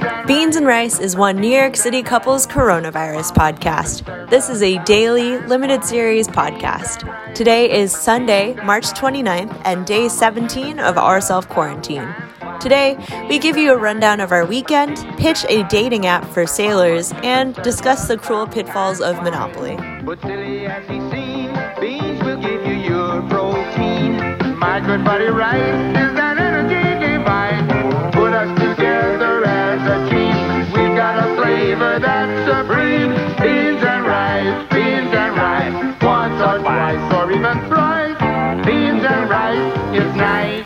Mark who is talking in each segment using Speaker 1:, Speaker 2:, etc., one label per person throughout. Speaker 1: and Rice is one New York City couple's coronavirus podcast. This is a daily, limited series podcast. Today is Sunday, March 29th, and day 17 of our self quarantine. Today, we give you a rundown of our weekend, pitch a dating app for sailors, and discuss the cruel pitfalls of Monopoly.
Speaker 2: But silly as he seems, beans will give you your protein. My good buddy Rice is an energy divine. Put us together as a team. We've got a flavor that's supreme. Beans and rice, beans and rice. Once or twice or even thrice. Beans and rice is nice.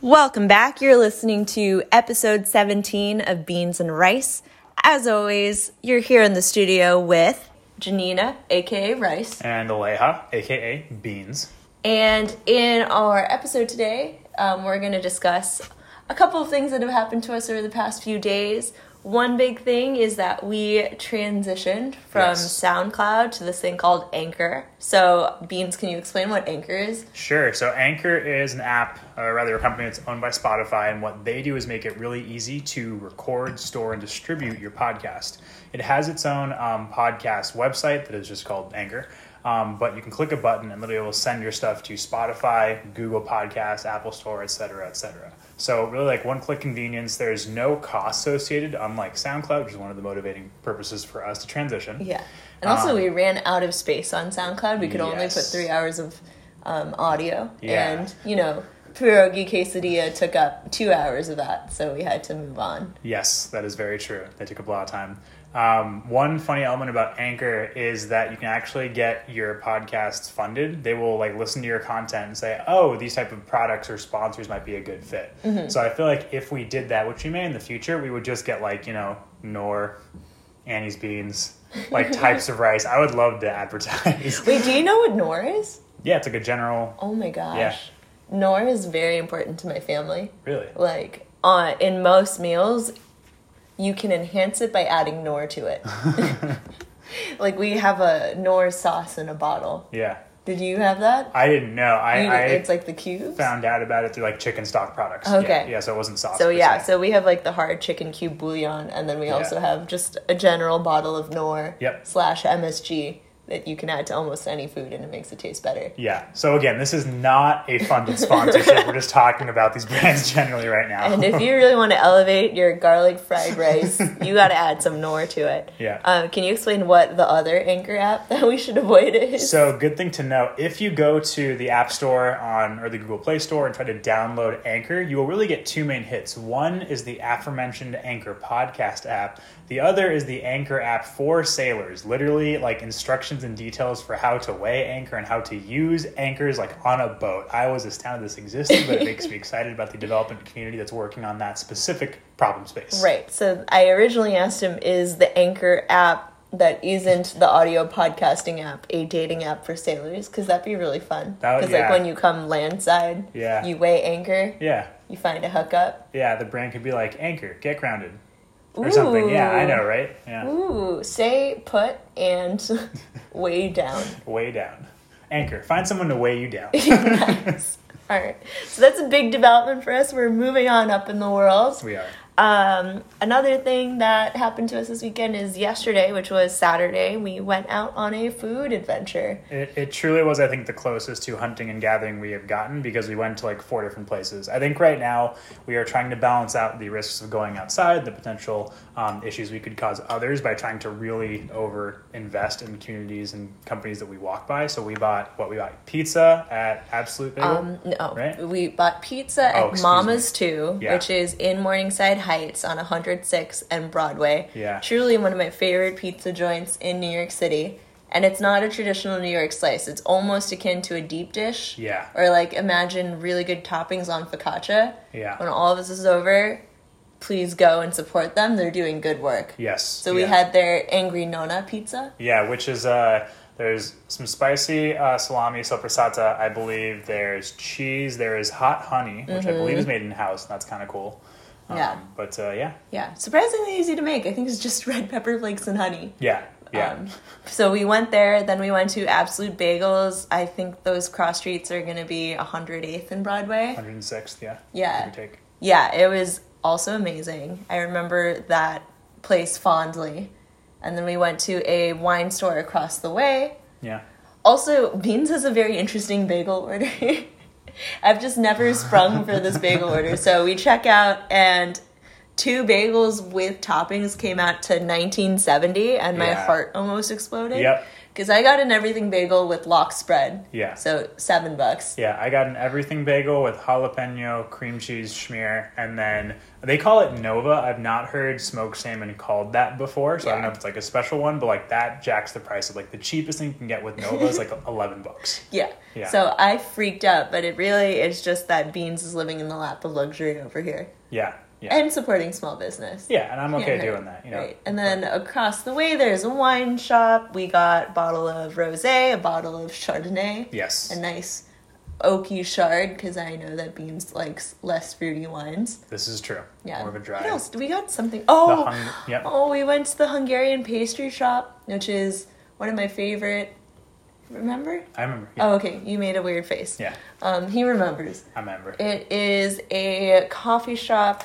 Speaker 1: Welcome back. You're listening to episode 17 of Beans and Rice. As always, you're here in the studio with Janina, aka Rice.
Speaker 3: and Aleha, aka Beans.
Speaker 1: And in our episode today, um, we're going to discuss a couple of things that have happened to us over the past few days. One big thing is that we transitioned from
Speaker 3: Yes.
Speaker 1: SoundCloud to this thing called Anchor. So, Beans, can you explain what Anchor is?
Speaker 3: Sure. So Anchor is an app, or rather a company that's owned by Spotify, and what they do is make it really easy to record, store, and distribute your podcast. It has its own um, podcast website that is just called Anchor, um, but you can click a button and literally it will send your stuff to Spotify, Google Podcasts, Apple Store, etc., etc. So really, like one-click convenience. There's no cost associated, unlike SoundCloud, which is one of the motivating purposes for us to transition.
Speaker 1: Yeah. And also, we ran out of space on SoundCloud. We could only put
Speaker 3: Yes.
Speaker 1: three hours of um, audio.
Speaker 3: Yeah.
Speaker 1: And, you know, Pierogi Quesadilla took up two hours of that. So, we had to move on.
Speaker 3: Yes, that is very true. They took up a lot of time. Um, one funny element about Anchor is that you can actually get your podcasts funded. They will like listen to your content and say, "Oh, these type of products or sponsors might be a good fit."
Speaker 1: Mm-hmm.
Speaker 3: So I feel like if we did that, which we may in the future, we would just get like you know Nor, Annie's Beans, like types of rice. I would love to advertise.
Speaker 1: Wait, do you know what Nor is?
Speaker 3: yeah, it's like a general.
Speaker 1: Oh my gosh.
Speaker 3: Yeah.
Speaker 1: Nor is very important to my family.
Speaker 3: Really?
Speaker 1: Like, on, in most meals, you can enhance it by adding nor to it. like, we have a nor sauce in a bottle.
Speaker 3: Yeah,
Speaker 1: Did you have that?
Speaker 3: I didn't know. I,
Speaker 1: You-
Speaker 3: I
Speaker 1: it's like the cubes.
Speaker 3: found out about it through like chicken stock products.
Speaker 1: Okay.
Speaker 3: Yeah, yeah so it wasn't sauce.
Speaker 1: So,
Speaker 3: per
Speaker 1: yeah,
Speaker 3: se.
Speaker 1: so we have like the hard chicken cube bouillon, and then we also have just a general bottle of nor
Speaker 3: Yep.
Speaker 1: slash MSG that you can add to almost any food and it makes it taste better.
Speaker 3: Yeah. So again, this is not a funded sponsorship. We're just talking about these brands generally right now.
Speaker 1: And if you really want to elevate your garlic fried rice, you got to add some nor to it.
Speaker 3: Yeah.
Speaker 1: Um, can you explain what the other Anchor app that we should avoid is?
Speaker 3: so good thing to know. If you go to the App Store on or the Google Play Store and try to download Anchor, you will really get two main hits. One is the aforementioned Anchor podcast app. The other is the Anchor app for sailors. Literally, like instructions and details for how to weigh anchor and how to use anchors like on a boat. I was astounded this existed, but it makes me excited about the development community that's working on that specific problem space.
Speaker 1: right. So I originally asked him, is the Anchor app that isn't the audio podcasting app a dating app for sailors? Because that'd be really fun.
Speaker 3: That would-
Speaker 1: Because like
Speaker 3: yeah.
Speaker 1: when you come landside,
Speaker 3: Yeah.
Speaker 1: you weigh anchor,
Speaker 3: Yeah.
Speaker 1: you find a hookup.
Speaker 3: Yeah, the brand could be like Anchor, get grounded, or
Speaker 1: Ooh.
Speaker 3: something. Yeah, I know, right? Yeah,
Speaker 1: Ooh, stay put and way down.
Speaker 3: way down. Anchor, find someone to weigh you down.
Speaker 1: nice. All right. So that's a big development for us. We're moving on up in the world.
Speaker 3: we are.
Speaker 1: Um, another thing that happened to us this weekend is yesterday, which was Saturday, we went out on a food adventure.
Speaker 3: It, it truly was, I think, the closest to hunting and gathering we have gotten because we went to like four different places. I think right now we are trying to balance out the risks of going outside, the potential um, issues we could cause others by trying to really over invest in communities and companies that we walk by. So we bought what we bought pizza at Absolute Bagel.
Speaker 1: Um, no,
Speaker 3: Right.
Speaker 1: we bought pizza
Speaker 3: Oh,
Speaker 1: at
Speaker 3: excuse
Speaker 1: Mama's Too,
Speaker 3: Yeah.
Speaker 1: which is in Morningside Heights on 106 and Broadway.
Speaker 3: Yeah.
Speaker 1: Truly one of my favorite pizza joints in New York City. And it's not a traditional New York slice. It's almost akin to a deep dish.
Speaker 3: Yeah.
Speaker 1: Or like imagine really good toppings on focaccia.
Speaker 3: Yeah.
Speaker 1: When all of this is over, please go and support them. They're doing good work.
Speaker 3: yes.
Speaker 1: So we
Speaker 3: yeah.
Speaker 1: had their Angry Nona pizza.
Speaker 3: Yeah, which is uh, there's some spicy uh, salami soppressata, I believe. There's cheese. There is hot honey, which I believe is made in house. And that's kind of cool.
Speaker 1: Mm-hmm. Yeah.
Speaker 3: But uh, yeah,
Speaker 1: Yeah. Surprisingly easy to make. I think it's just red pepper flakes and honey.
Speaker 3: yeah, yeah.
Speaker 1: Um, so we went there, then we went to Absolute Bagels. I think those cross streets are going to be 108th and Broadway.
Speaker 3: 106th. Yeah.
Speaker 1: Yeah.
Speaker 3: Give or take.
Speaker 1: Yeah, it was also amazing. I remember that place fondly. And then we went to a wine store across the way.
Speaker 3: Yeah.
Speaker 1: Also, Beans has a very interesting bagel order. I've just never sprung for this bagel order. So we check out and two bagels with toppings came out to 1970 and my
Speaker 3: Yeah.
Speaker 1: heart almost exploded.
Speaker 3: Yep.
Speaker 1: Cuz I got an everything bagel with lock spread.
Speaker 3: Yeah.
Speaker 1: So 7 bucks.
Speaker 3: Yeah, I got an everything bagel with jalapeno, cream cheese, schmear, and then they call it Nova. I've not heard smoked salmon called that before, so I don't know
Speaker 1: Yeah.
Speaker 3: if it's like a special one, but like that jacks the price of like the cheapest thing you can get with Nova is like 11 bucks.
Speaker 1: Yeah.
Speaker 3: Yeah.
Speaker 1: So I freaked out, but it really is just that Beans is living in the lap of luxury over here
Speaker 3: Yeah. Yeah.
Speaker 1: and supporting small business.
Speaker 3: yeah, and I'm okay
Speaker 1: Can't hurt.
Speaker 3: doing that, you know.
Speaker 1: Right. And then across the way, there's a wine shop. We got a bottle of rosé, a bottle of chardonnay,
Speaker 3: Yes.
Speaker 1: a nice oaky chard because I know that Beans likes less fruity wines.
Speaker 3: this is true.
Speaker 1: Yeah.
Speaker 3: More of a dry.
Speaker 1: What else? We got something.
Speaker 3: the
Speaker 1: Oh,
Speaker 3: hung- yep.
Speaker 1: oh, we went to the Hungarian pastry shop, which is one of my favorite. Remember?
Speaker 3: I remember. Yeah.
Speaker 1: Oh, okay. You made a weird face.
Speaker 3: yeah,
Speaker 1: Um, he remembers.
Speaker 3: I remember.
Speaker 1: It is a coffee shop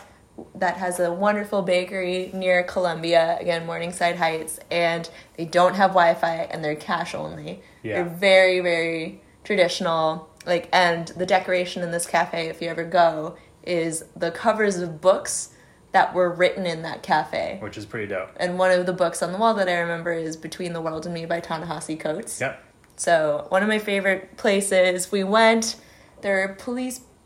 Speaker 1: that has a wonderful bakery near Columbia, again, Morningside Heights, and they don't have Wi Fi and they're cash only.
Speaker 3: Yeah.
Speaker 1: They're very, very traditional. Like, and the decoration in this cafe, if you ever go, is the covers of books that were written in that cafe.
Speaker 3: which is pretty dope.
Speaker 1: And one of the books on the wall that I remember is Between the World and Me by Ta-Nehisi Coates.
Speaker 3: Yep.
Speaker 1: So one of my favorite places we went, there were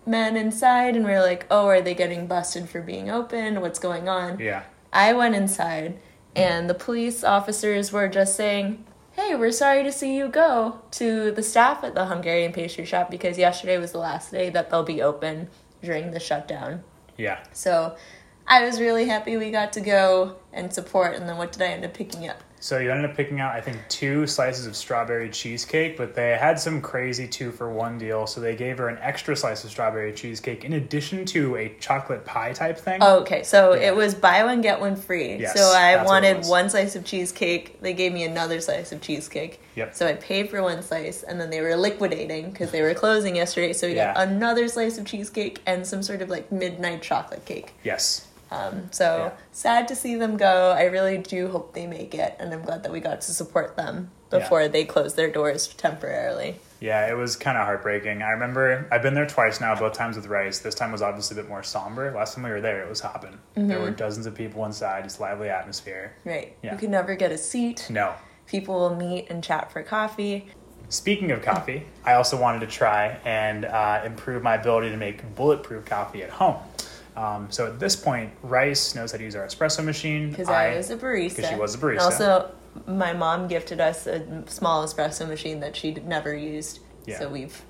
Speaker 1: policemen inside, and we were like, "Oh, are they getting busted for being open? What's going on?"
Speaker 3: Yeah.
Speaker 1: I went inside, and the police officers were just saying, "Hey, we're sorry to see you go." To the staff at the Hungarian pastry shop because yesterday was the last day that they'll be open during the shutdown.
Speaker 3: Yeah.
Speaker 1: So I was really happy we got to go and support. And then what did I end up picking up?
Speaker 3: So you ended up picking out, I think, two slices of strawberry cheesecake, but they had some crazy two for one deal. So they gave her an extra slice of strawberry cheesecake in addition to a chocolate pie type thing.
Speaker 1: Oh, okay, so
Speaker 3: Yeah.
Speaker 1: it was buy one get one free.
Speaker 3: Yes,
Speaker 1: so I
Speaker 3: that's what it
Speaker 1: wanted
Speaker 3: was.
Speaker 1: one slice of cheesecake. They gave me another slice of cheesecake.
Speaker 3: Yep.
Speaker 1: So I paid for one slice, and then they were liquidating because they were closing yesterday. So we
Speaker 3: Yeah.
Speaker 1: got another slice of cheesecake and some sort of like midnight chocolate cake.
Speaker 3: Yes.
Speaker 1: Um, so
Speaker 3: Yeah.
Speaker 1: sad to see them go. I really do hope they make it, and I'm glad that we got to support them
Speaker 3: Yeah.
Speaker 1: before they close their doors temporarily.
Speaker 3: Yeah, it was kind of heartbreaking. I remember I've been there twice now, both times with Rice. This time was obviously a bit more somber. Last time we were there, it was hopping. There
Speaker 1: Mm-hmm.
Speaker 3: were dozens of people inside. It's a lively atmosphere.
Speaker 1: Right.
Speaker 3: Yeah.
Speaker 1: You could never get a seat.
Speaker 3: No.
Speaker 1: People will meet and chat for coffee.
Speaker 3: Speaking of coffee, I also wanted to try and uh, improve my ability to make bulletproof coffee at home. Um, so at this point, Rice knows how to use our espresso machine.
Speaker 1: Because I, was a barista.
Speaker 3: 'cause she was a
Speaker 1: And
Speaker 3: barista.
Speaker 1: also, my mom gifted us a small espresso machine that she never used.
Speaker 3: Yeah.
Speaker 1: So we've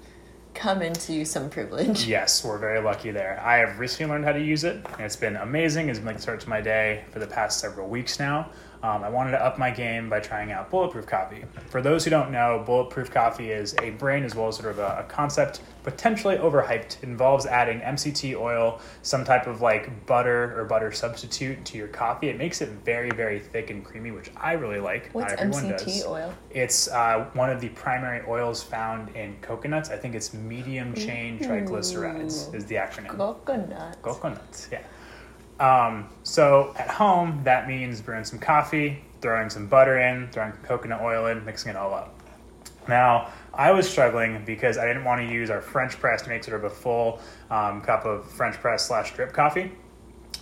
Speaker 1: come into some privilege.
Speaker 3: Yes, we're very lucky there. I have recently learned how to use it, and it's been amazing. It's been like the start to my day for the past several weeks now. Um, I wanted to up my game by trying out Bulletproof Coffee. For those who don't know, Bulletproof Coffee is a brain as well as sort of a, a concept potentially overhyped. Involves adding MCT oil, some type of like butter or butter substitute to your coffee. It makes it very, very thick and creamy, which I really like.
Speaker 1: What's
Speaker 3: Not everyone
Speaker 1: MCT
Speaker 3: does.
Speaker 1: oil?
Speaker 3: It's uh, one of the primary oils found in coconuts. I think it's medium chain triglycerides is the acronym.
Speaker 1: Coconut.
Speaker 3: Coconuts, yeah. Um, so at home, that means brewing some coffee, throwing some butter in, throwing coconut oil in, mixing it all up. Now, I was struggling because I didn't want to use our French press to make sort of a full um, cup of French press slash drip coffee.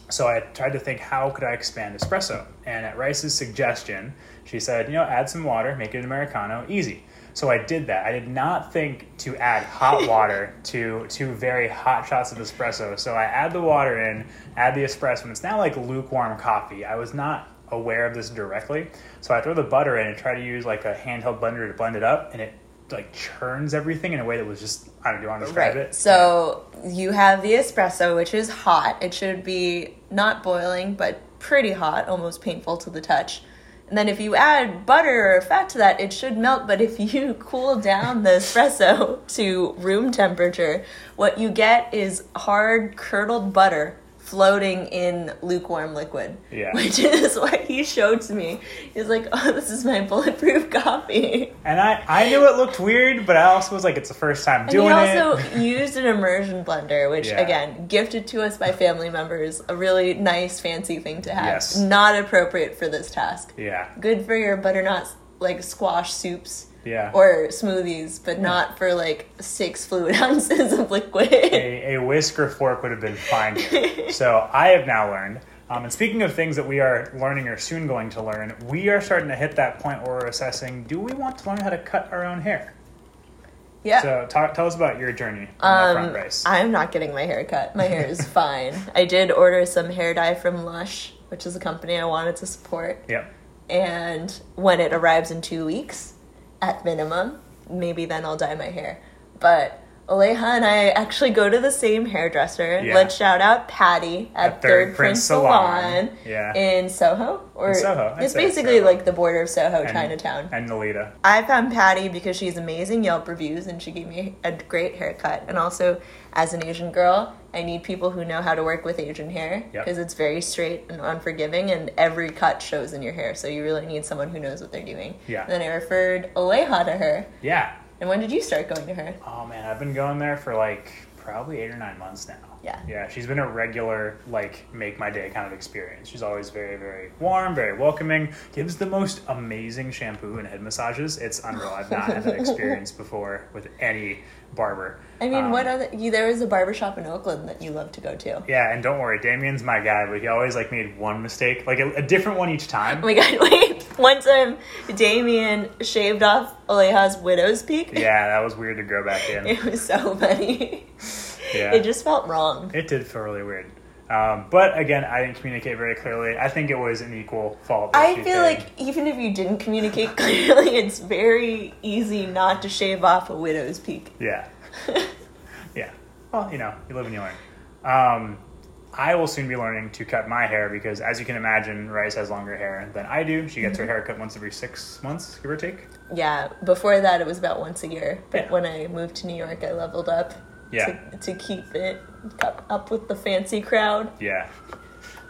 Speaker 3: So I tried to think how could I expand espresso? And at Rice's suggestion, she said, you know, add some water, make it an americano, easy. So I did that. I did not think to add hot water to two very hot shots of espresso. So I add the water in, add the espresso, and it's now like lukewarm coffee. I was not aware of this directly. So I throw the butter in and try to use like a handheld blender to blend it up, and it like churns everything in a way that was just I don't know, do you want to describe
Speaker 1: Right.
Speaker 3: it?
Speaker 1: So you have the espresso, which is hot. It should be not boiling, but pretty hot, almost painful to the touch. And then if you add butter or fat to that, it should melt. But if you cool down the espresso to room temperature, what you get is hard curdled butter floating in lukewarm liquid.
Speaker 3: Yeah.
Speaker 1: Which is what he showed to me. He's like, oh, this is my bulletproof coffee.
Speaker 3: And I, I knew it looked weird, but I also was like, it's the first time
Speaker 1: And he
Speaker 3: doing
Speaker 1: also
Speaker 3: it.
Speaker 1: used an immersion blender, which
Speaker 3: Yeah.
Speaker 1: again, gifted to us by family members, a really nice, fancy thing to have.
Speaker 3: Yes.
Speaker 1: Not appropriate for this task.
Speaker 3: Yeah.
Speaker 1: Good for your butternut like squash soups
Speaker 3: Yeah.
Speaker 1: or smoothies, but not for like six fluid ounces of liquid.
Speaker 3: a, a whisk or fork would have been fine. here. so I have now learned. Um, and speaking of things that we are learning or soon going to learn, we are starting to hit that point where we're assessing: do we want to learn how to cut our own hair?
Speaker 1: Yeah. Um,
Speaker 3: So talk, tell us about your journey on that front race.
Speaker 1: I'm not getting my hair cut. My hair is fine. I did order some hair dye from Lush, which is a company I wanted to support.
Speaker 3: yep.
Speaker 1: And when it arrives in two weeks, at minimum, maybe then I'll dye my hair. But Aleha and I actually go to the same hairdresser.
Speaker 3: Yeah.
Speaker 1: Let's shout out Patty at, Third, Prince Salon,
Speaker 3: Yeah.
Speaker 1: in Soho. Or
Speaker 3: In Soho, I'd
Speaker 1: it's
Speaker 3: say
Speaker 1: basically
Speaker 3: Soho.
Speaker 1: like the border of Soho,
Speaker 3: And-
Speaker 1: Chinatown.
Speaker 3: and Nalita.
Speaker 1: I found Patty because she's amazing Yelp reviews and she gave me a great haircut. And also, as an Asian girl, I need people who know how to work with Asian hair
Speaker 3: Yep.
Speaker 1: because it's very straight and unforgiving, and every cut shows in your hair. So you really need someone who knows what they're doing.
Speaker 3: Yeah.
Speaker 1: And then I referred Aleha to her.
Speaker 3: Yeah.
Speaker 1: And when did you start going to her?
Speaker 3: Oh man, I've been going there for like probably eight or nine months now.
Speaker 1: Yeah.
Speaker 3: Yeah, she's been a regular, like, make my day kind of experience. She's always very, very warm, very welcoming, gives the most amazing shampoo and head massages. It's unreal. I've not had that experience before with any barber.
Speaker 1: I mean,
Speaker 3: Um,
Speaker 1: what other? You, there was a barbershop in Oakland that you love to go to.
Speaker 3: Yeah, and don't worry, Damien's my guy, but he always, like, made one mistake, like, a, a different one each time.
Speaker 1: Oh my god, wait. One time, Damien shaved off Aleha's widow's peak.
Speaker 3: yeah, that was weird to grow back in.
Speaker 1: It was so funny.
Speaker 3: Yeah.
Speaker 1: It just felt wrong.
Speaker 3: It did feel really weird. Um, but again, I didn't communicate very clearly. I think it was an equal fault. that
Speaker 1: I
Speaker 3: she
Speaker 1: feel
Speaker 3: did.
Speaker 1: like even if you didn't communicate clearly, it's very easy not to shave off a widow's peak.
Speaker 3: Yeah. yeah. Well, you know, you live and you learn. Um, I will soon be learning to cut my hair because, as you can imagine, Rice has longer hair than I do. She gets her hair cut once every six months, give or take.
Speaker 1: Yeah, before that it was about once a year, but
Speaker 3: Yeah.
Speaker 1: when I moved to New York, I leveled up
Speaker 3: Yeah.
Speaker 1: to, to keep it up, up with the fancy crowd.
Speaker 3: Yeah.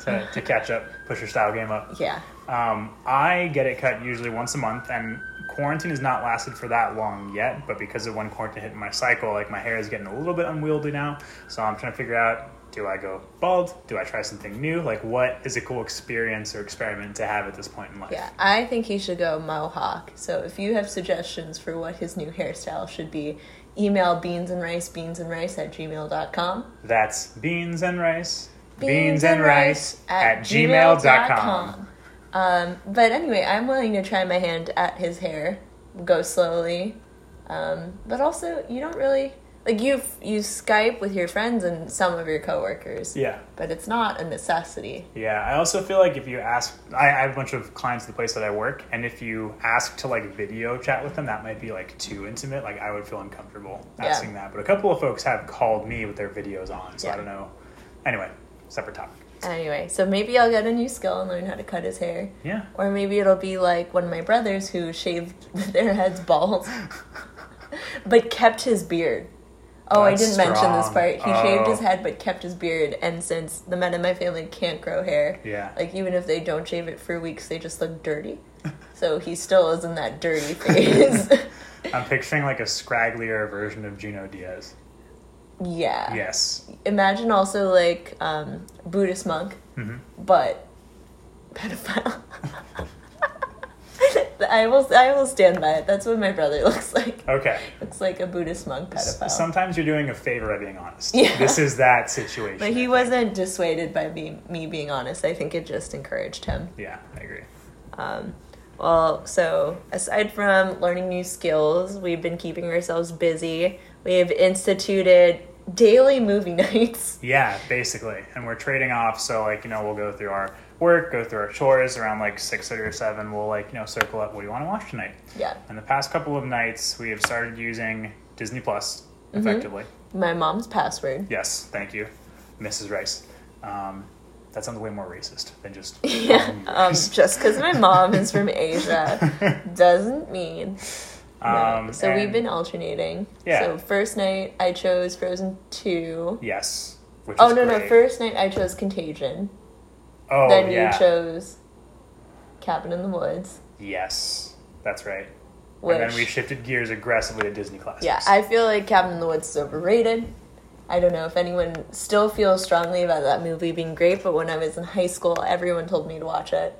Speaker 3: to, to catch up, push her style game up.
Speaker 1: Yeah.
Speaker 3: Um, I get it cut usually once a month, and quarantine has not lasted for that long yet. But because of when quarantine hit my cycle, like my hair is getting a little bit unwieldy now. So I'm trying to figure out: do I go bald? Do I try something new? Like, what is a cool experience or experiment to have at this point in life?
Speaker 1: Yeah, I think he should go mohawk. So if you have suggestions for what his new hairstyle should be, email beans and rice, beans and rice at gmail.com.
Speaker 3: That's beans and rice.
Speaker 1: Um, but anyway, I'm willing to try my hand at his hair, go slowly. Um, but also, you don't really like you you Skype with your friends and some of your coworkers.
Speaker 3: Yeah.
Speaker 1: But it's not a necessity.
Speaker 3: Yeah, I also feel like if you ask, I, I have a bunch of clients at the place that I work, and if you ask to like video chat with them, that might be like too intimate. Like I would feel uncomfortable
Speaker 1: Yeah.
Speaker 3: asking that. But a couple of folks have called me with their videos on, so I
Speaker 1: Yeah.
Speaker 3: don't know. Anyway, separate topic.
Speaker 1: Anyway, so maybe I'll get a new skill and learn how to cut his hair.
Speaker 3: Yeah.
Speaker 1: Or maybe it'll be like one of my brothers who shaved their heads bald, but kept his beard. Oh,
Speaker 3: That's
Speaker 1: I didn't mention this
Speaker 3: strong.
Speaker 1: part. He shaved his
Speaker 3: Oh.
Speaker 1: head but kept his beard, and since the men in my family can't grow hair,
Speaker 3: Yeah.
Speaker 1: like even if they don't shave it for weeks, they just look dirty. so he still is in that dirty phase.
Speaker 3: I'm picturing like a scragglier version of Gino Diaz.
Speaker 1: yeah.
Speaker 3: Yes.
Speaker 1: Imagine also like um, Buddhist monk, but pedophile. I will. I will stand by it. That's what my brother looks like.
Speaker 3: Okay.
Speaker 1: Looks like a Buddhist monk pedophile.
Speaker 3: Sometimes you're doing a favor by being honest.
Speaker 1: Yeah.
Speaker 3: This is that situation.
Speaker 1: but he
Speaker 3: I think.
Speaker 1: wasn't dissuaded by me, me being honest. I think it just encouraged him.
Speaker 3: Yeah, I agree.
Speaker 1: Well, so aside from learning new skills, we've been keeping ourselves busy. We have instituted daily movie nights.
Speaker 3: Yeah, basically. And we're trading off. So, like, you know, we'll go through our work, go through our chores around like 6.30 or 7. We'll, like, you know, circle up what do you want to watch tonight.
Speaker 1: Yeah.
Speaker 3: And the past couple of nights, we have started using Disney Plus
Speaker 1: Mm-hmm.
Speaker 3: effectively.
Speaker 1: My mom's password.
Speaker 3: Yes, thank you, Mrs. Rice. Um, that sounds way more racist than just.
Speaker 1: Yeah. Um, just because my mom is from Asia doesn't mean. no.
Speaker 3: Um,
Speaker 1: so
Speaker 3: and-
Speaker 1: we've been alternating.
Speaker 3: Yeah.
Speaker 1: So first night I chose Frozen 2.
Speaker 3: Yes. Which
Speaker 1: Oh
Speaker 3: is
Speaker 1: no no!
Speaker 3: great.
Speaker 1: First night I chose Contagion.
Speaker 3: oh,
Speaker 1: then
Speaker 3: yeah.
Speaker 1: you chose Cabin in the Woods.
Speaker 3: Yes, that's right.
Speaker 1: Which
Speaker 3: And then we shifted gears aggressively to Disney classics.
Speaker 1: yeah, I feel like Cabin in the Woods is overrated. I don't know if anyone still feels strongly about that movie being great, but when I was in high school, everyone told me to watch it.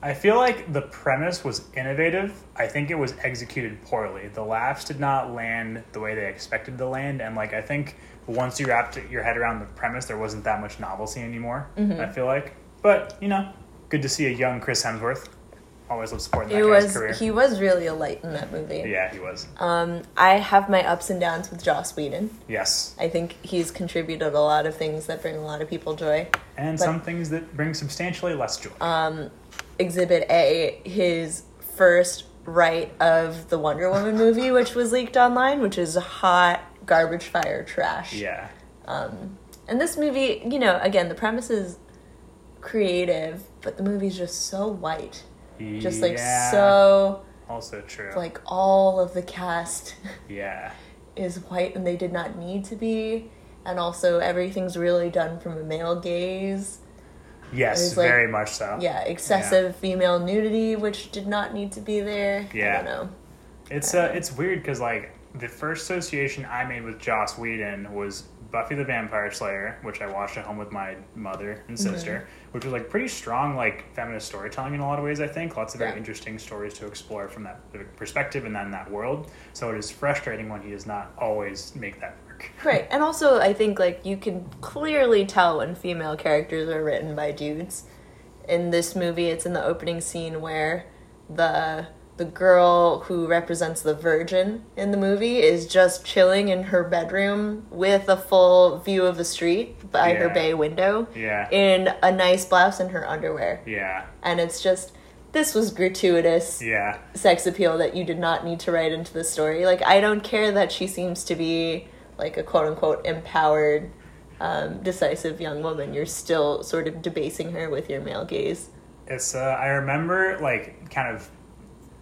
Speaker 3: I feel like the premise was innovative. I think it was executed poorly. The laughs did not land the way they expected to land, and like I think once you wrapped your head around the premise, there wasn't that much novelty anymore.
Speaker 1: Mm-hmm.
Speaker 3: I feel like, but you know, good to see a young Chris Hemsworth. Always love supporting that
Speaker 1: It
Speaker 3: guy's
Speaker 1: was
Speaker 3: career.
Speaker 1: he was really a light in that movie.
Speaker 3: yeah, he was.
Speaker 1: Um, I have my ups and downs with Joss Whedon.
Speaker 3: yes,
Speaker 1: I think he's contributed a lot of things that bring a lot of people joy.
Speaker 3: and
Speaker 1: but- Uh,
Speaker 3: some things that bring substantially less joy.
Speaker 1: Exhibit A, his first write of the Wonder Woman movie, which was leaked online, which is hot garbage fire trash.
Speaker 3: yeah,
Speaker 1: And this movie, you know, again, the premise is creative, but the movie's just so white. Just like
Speaker 3: Yeah,
Speaker 1: so,
Speaker 3: also true.
Speaker 1: like all of the cast
Speaker 3: yeah,
Speaker 1: is white and they did not need to be. And also, everything's really done from a male gaze.
Speaker 3: yes,
Speaker 1: was, like-
Speaker 3: very much so.
Speaker 1: Yeah, excessive female nudity, which did not need to be there. I
Speaker 3: Yeah.
Speaker 1: don't know.
Speaker 3: It's uh, it's weird because like the first association I made with Joss Whedon was Buffy the Vampire Slayer, which I watched at home with my mother and sister, which was like pretty strong like feminist storytelling in a lot of ways. I think lots of very
Speaker 1: Yeah.
Speaker 3: interesting stories to explore from that perspective and then that world. So it is frustrating when he does not always make that work.
Speaker 1: Right, and also I think like you can clearly tell when female characters are written by dudes. In this movie, it's in the opening scene where the the girl who represents the virgin in the movie is just chilling in her bedroom with a full view of the street by her
Speaker 3: Yeah.
Speaker 1: bay window
Speaker 3: Yeah,
Speaker 1: in a nice blouse and her underwear.
Speaker 3: yeah,
Speaker 1: And it's just this was gratuitous
Speaker 3: yeah,
Speaker 1: sex appeal that you did not need to write into the story. Like I don't care that she seems to be like a quote unquote empowered, um, decisive young woman. You're still sort of debasing her with your male gaze.
Speaker 3: It's uh, I remember like kind of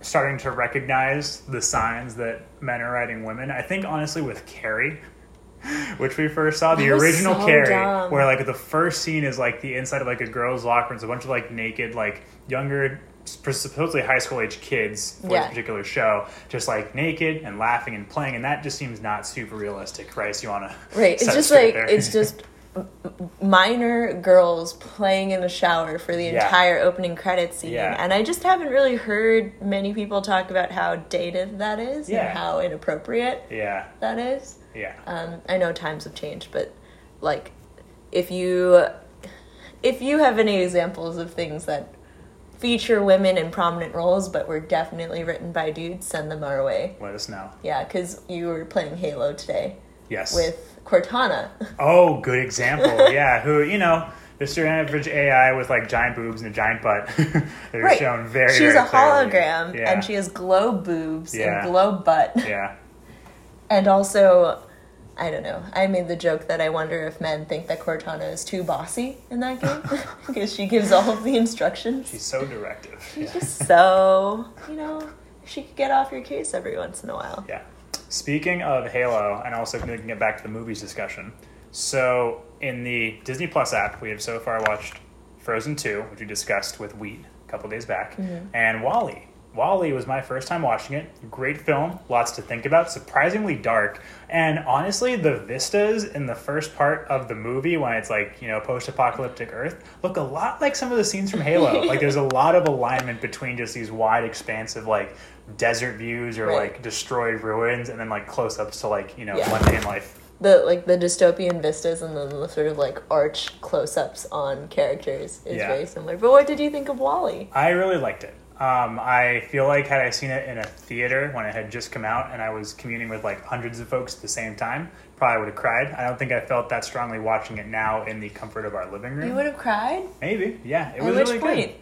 Speaker 3: starting to recognize the signs that men are writing women. I think honestly with Carrie, which we first saw the
Speaker 1: That was
Speaker 3: original
Speaker 1: so
Speaker 3: Carrie,
Speaker 1: dumb.
Speaker 3: where like the first scene is like the inside of like a girl's locker. and It's a bunch of like naked like younger. Supposedly high school age kids for
Speaker 1: Yeah.
Speaker 3: this particular show, just like naked and laughing and playing, and that just seems not super realistic, right? So you want to
Speaker 1: Right. It's just like it's just m- minor girls playing in the shower for the
Speaker 3: Yeah.
Speaker 1: entire opening credits scene,
Speaker 3: Yeah.
Speaker 1: and I just haven't really heard many people talk about how dated that is
Speaker 3: Yeah.
Speaker 1: and how inappropriate
Speaker 3: yeah,
Speaker 1: that is.
Speaker 3: yeah,
Speaker 1: um, I know times have changed, but like if you if you have any examples of things that feature women in prominent roles but were definitely written by dudes, send them our way.
Speaker 3: let us know.
Speaker 1: Yeah, because you were playing Halo today
Speaker 3: Yes,
Speaker 1: with Cortana.
Speaker 3: Oh, good example. yeah, who you know, just your average AI with like giant boobs and a giant butt. They're shown very.
Speaker 1: She's
Speaker 3: very
Speaker 1: a
Speaker 3: clearly.
Speaker 1: hologram,
Speaker 3: Yeah.
Speaker 1: and she has glow boobs
Speaker 3: Yeah.
Speaker 1: and glow butt.
Speaker 3: Yeah.
Speaker 1: And also, I don't know. I made the joke that I wonder if men think that Cortana is too bossy in that game because she gives all of the instructions.
Speaker 3: She's so directive.
Speaker 1: She's
Speaker 3: Yeah.
Speaker 1: just so, you know, she could get off your case every once in a while.
Speaker 3: yeah. Speaking of Halo, and also we can get back to the movies discussion. So in the Disney Plus app, we have so far watched Frozen Two, which we discussed with Wheat a couple days back, and Wally. Wally was my first time watching it. Great film, lots to think about, surprisingly dark. And honestly, the vistas in the first part of the movie, when it's like, you know, post apocalyptic Earth, look a lot like some of the scenes from Halo. like, there's a lot of alignment between just these wide, expansive, like, desert views or,
Speaker 1: Right.
Speaker 3: like, destroyed ruins, and then, like, close ups to, like, you know,
Speaker 1: Yeah.
Speaker 3: mundane life.
Speaker 1: The like the dystopian vistas and then the sort of like arch close ups on characters is
Speaker 3: Yeah.
Speaker 1: very similar. But what did you think of Wally?
Speaker 3: I really liked it. Um, I feel like had I seen it in a theater when it had just come out and I was communing with like hundreds of folks at the same time, probably would have cried. I don't think I felt that strongly watching it now in the comfort of our living room.
Speaker 1: You would have cried?
Speaker 3: Maybe, yeah. It
Speaker 1: At
Speaker 3: was
Speaker 1: which
Speaker 3: really
Speaker 1: point?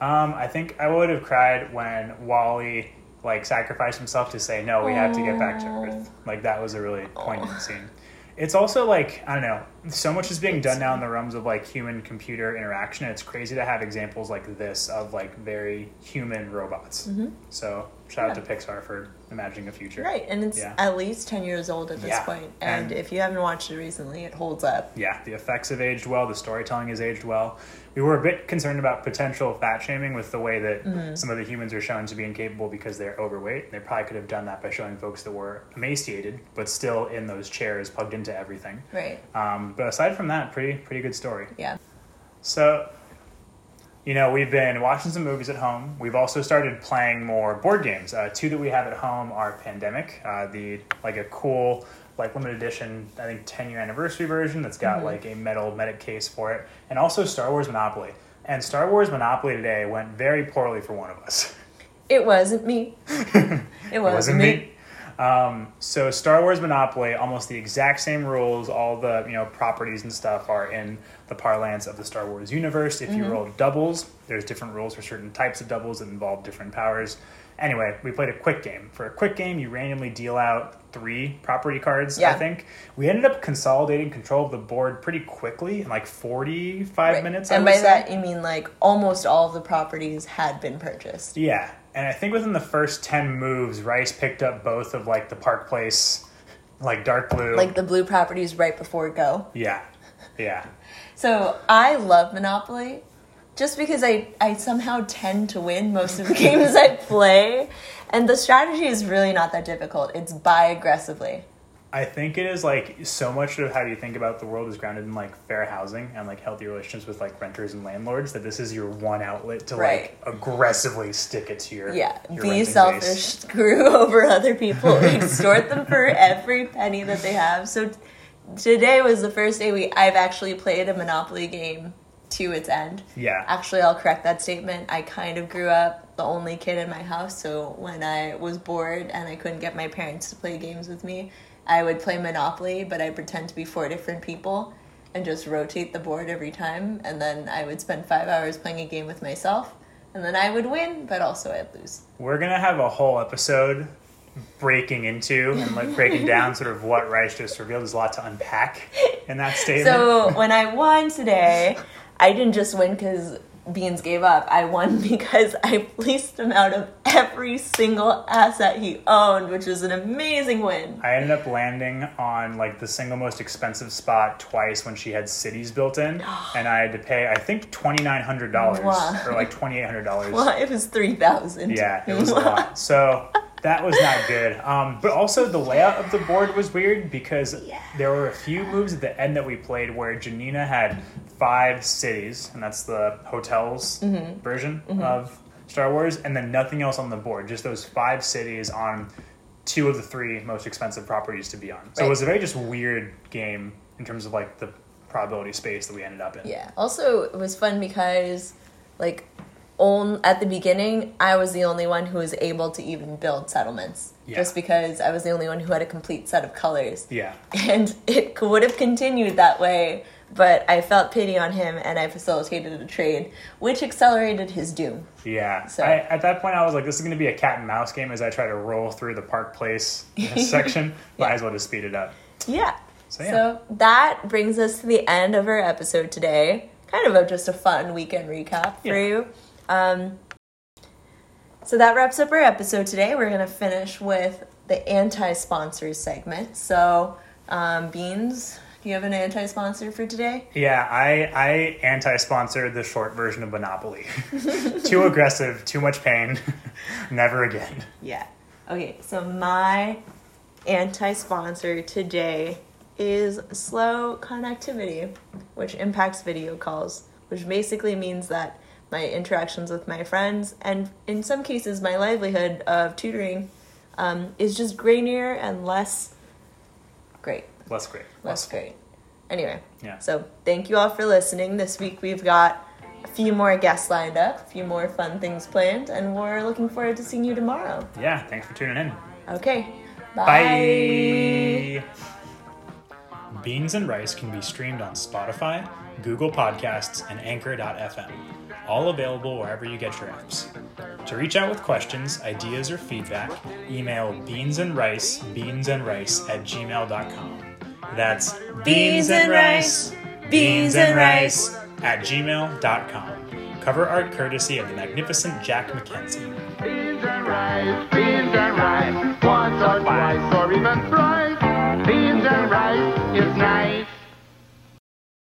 Speaker 3: good. Um, I think I would have cried when Wally like sacrificed himself to say no, we have to get back to
Speaker 1: Oh.
Speaker 3: Earth. Like that was a really poignant scene. It's also like I don't know, so much is being done now in the realms of like human computer interaction. And it's crazy to have examples like this of like very human robots. So Shout out to Pixar for imagining a future.
Speaker 1: Mm-hmm. Right, and it's
Speaker 3: Yeah.
Speaker 1: at least 10 years old at this
Speaker 3: Yeah,
Speaker 1: point. And,
Speaker 3: and-
Speaker 1: if you haven't watched it recently, it holds up.
Speaker 3: yeah, the effects have aged well, the storytelling has aged well. We were a bit concerned about potential fat shaming with the way that some of the humans are shown to be incapable because they're overweight. They probably could have done that by showing folks that were emaciated but still in those chairs plugged into everything.
Speaker 1: Right.
Speaker 3: Um, but aside from that, pretty pretty good story.
Speaker 1: Yeah.
Speaker 3: So, you know, we've been watching some movies at home. We've also started playing more board games. Uh, two that we have at home are Pandemic, uh, the like a cool like limited edition, I think ten year anniversary version that's
Speaker 1: Mm-hmm.
Speaker 3: got like a metal medic case for it, and also Star Wars Monopoly. And Star Wars Monopoly today went very poorly for one of us.
Speaker 1: It wasn't me. It wasn't,
Speaker 3: It wasn't me. Um, so Star Wars Monopoly, almost the exact same rules. All the you know properties and stuff are in the parlance of the Star Wars universe. If you
Speaker 1: Mm-hmm.
Speaker 3: roll doubles, there's different rules for certain types of doubles that involve different powers. Anyway, we played a quick game. For a quick game, you randomly deal out three property cards. I
Speaker 1: Yeah.
Speaker 3: think we ended up consolidating control of the board pretty quickly in like forty-five
Speaker 1: Right.
Speaker 3: minutes. I
Speaker 1: and by
Speaker 3: would say.
Speaker 1: that, you mean like almost all of the properties had been purchased.
Speaker 3: Yeah, and I think within the first ten moves, Rice picked up both of like the Park Place, like dark blue.
Speaker 1: Like the blue properties right before go.
Speaker 3: yeah, yeah,
Speaker 1: So I love Monopoly just because I, I somehow tend to win most of the games I play. And the strategy is really not that difficult. It's buy aggressively.
Speaker 3: I think it is like so much of how you think about the world is grounded in like fair housing and like healthy relationships with like renters and landlords. That this is your one outlet to
Speaker 1: Right.
Speaker 3: like aggressively stick it to your
Speaker 1: Yeah,
Speaker 3: your
Speaker 1: be
Speaker 3: renting
Speaker 1: selfish,
Speaker 3: base.
Speaker 1: screw over other people, extort them for every penny that they have. So t- today was the first day we I've actually played a Monopoly game to its end.
Speaker 3: Yeah.
Speaker 1: Actually, I'll correct that statement. I kind of grew up the only kid in my house, so when I was bored and I couldn't get my parents to play games with me, I would play Monopoly, but I pretend to be four different people and just rotate the board every time, and then I would spend 5 hours playing a game with myself. And then I would win, but also I'd lose.
Speaker 3: We're gonna have a whole episode breaking into and like breaking down sort of what Rice just revealed. There's a lot to unpack in that statement.
Speaker 1: So when I won today, I didn't just win because Beans gave up. I won because I fleeced him out of every single asset he owned, which was an amazing win.
Speaker 3: I ended up landing on like the single most expensive spot twice when she had cities built in, and I had to pay I think twenty nine hundred dollars
Speaker 1: Wow.
Speaker 3: or like twenty eight hundred dollars.
Speaker 1: Well, it was three thousand.
Speaker 3: Yeah, it was a lot. So that was not good. Um, but also the layout of the board was weird because
Speaker 1: Yeah.
Speaker 3: there were a few moves at the end that we played where Janina had five cities, and that's the hotels
Speaker 1: Mm-hmm.
Speaker 3: version of Star Wars, and then nothing else on the board, just those five cities on two of the three most expensive properties to be on. So it
Speaker 1: Right.
Speaker 3: was a very just weird game in terms of like the probability space that we ended up in.
Speaker 1: Yeah. Also, it was fun because, like, on, at the beginning, I was the only one who was able to even build settlements.
Speaker 3: Yeah.
Speaker 1: Just because I was the only one who had a complete set of colors.
Speaker 3: Yeah.
Speaker 1: and it c- would have continued that way but i felt pity on him and i facilitated a trade which accelerated his doom
Speaker 3: Yeah.
Speaker 1: So-
Speaker 3: I, at that point, I was like, this is going to be a cat and mouse game as I try to roll through the Park Place section. Might as well just speed it up.
Speaker 1: yeah
Speaker 3: So, yeah.
Speaker 1: that brings us to the end of our episode today kind of a, just a fun weekend recap for
Speaker 3: Yeah.
Speaker 1: you um, so that wraps up our episode today we're going to finish with the anti-sponsor segment so um, beans do you have an anti-sponsor for today
Speaker 3: Yeah, I, I anti sponsored the short version of Monopoly. too aggressive, too much pain. Never again.
Speaker 1: Yeah. Okay, so my anti sponsor today is slow connectivity, which impacts video calls, which basically means that my interactions with my friends and in some cases my livelihood of tutoring um, is just grainier and less great.
Speaker 3: Less great.
Speaker 1: Less great. Anyway,
Speaker 3: Yeah.
Speaker 1: so thank you all for listening. This week we've got a few more guests lined up, a few more fun things planned, and we're looking forward to seeing you tomorrow.
Speaker 3: Yeah, thanks for tuning in.
Speaker 1: Okay. Bye.
Speaker 3: Bye. Beans and Rice can be streamed on Spotify, Google Podcasts, and Anchor.fm, all available wherever you get your apps. To reach out with questions, ideas, or feedback, email beansandrice, beansandrice at gmail.com. That's
Speaker 1: Beans and rice, beans and rice.
Speaker 3: at gmail.com. Cover art courtesy of the magnificent Jack McKenzie.
Speaker 2: Beans and rice, beans and rice, once or twice or even thrice.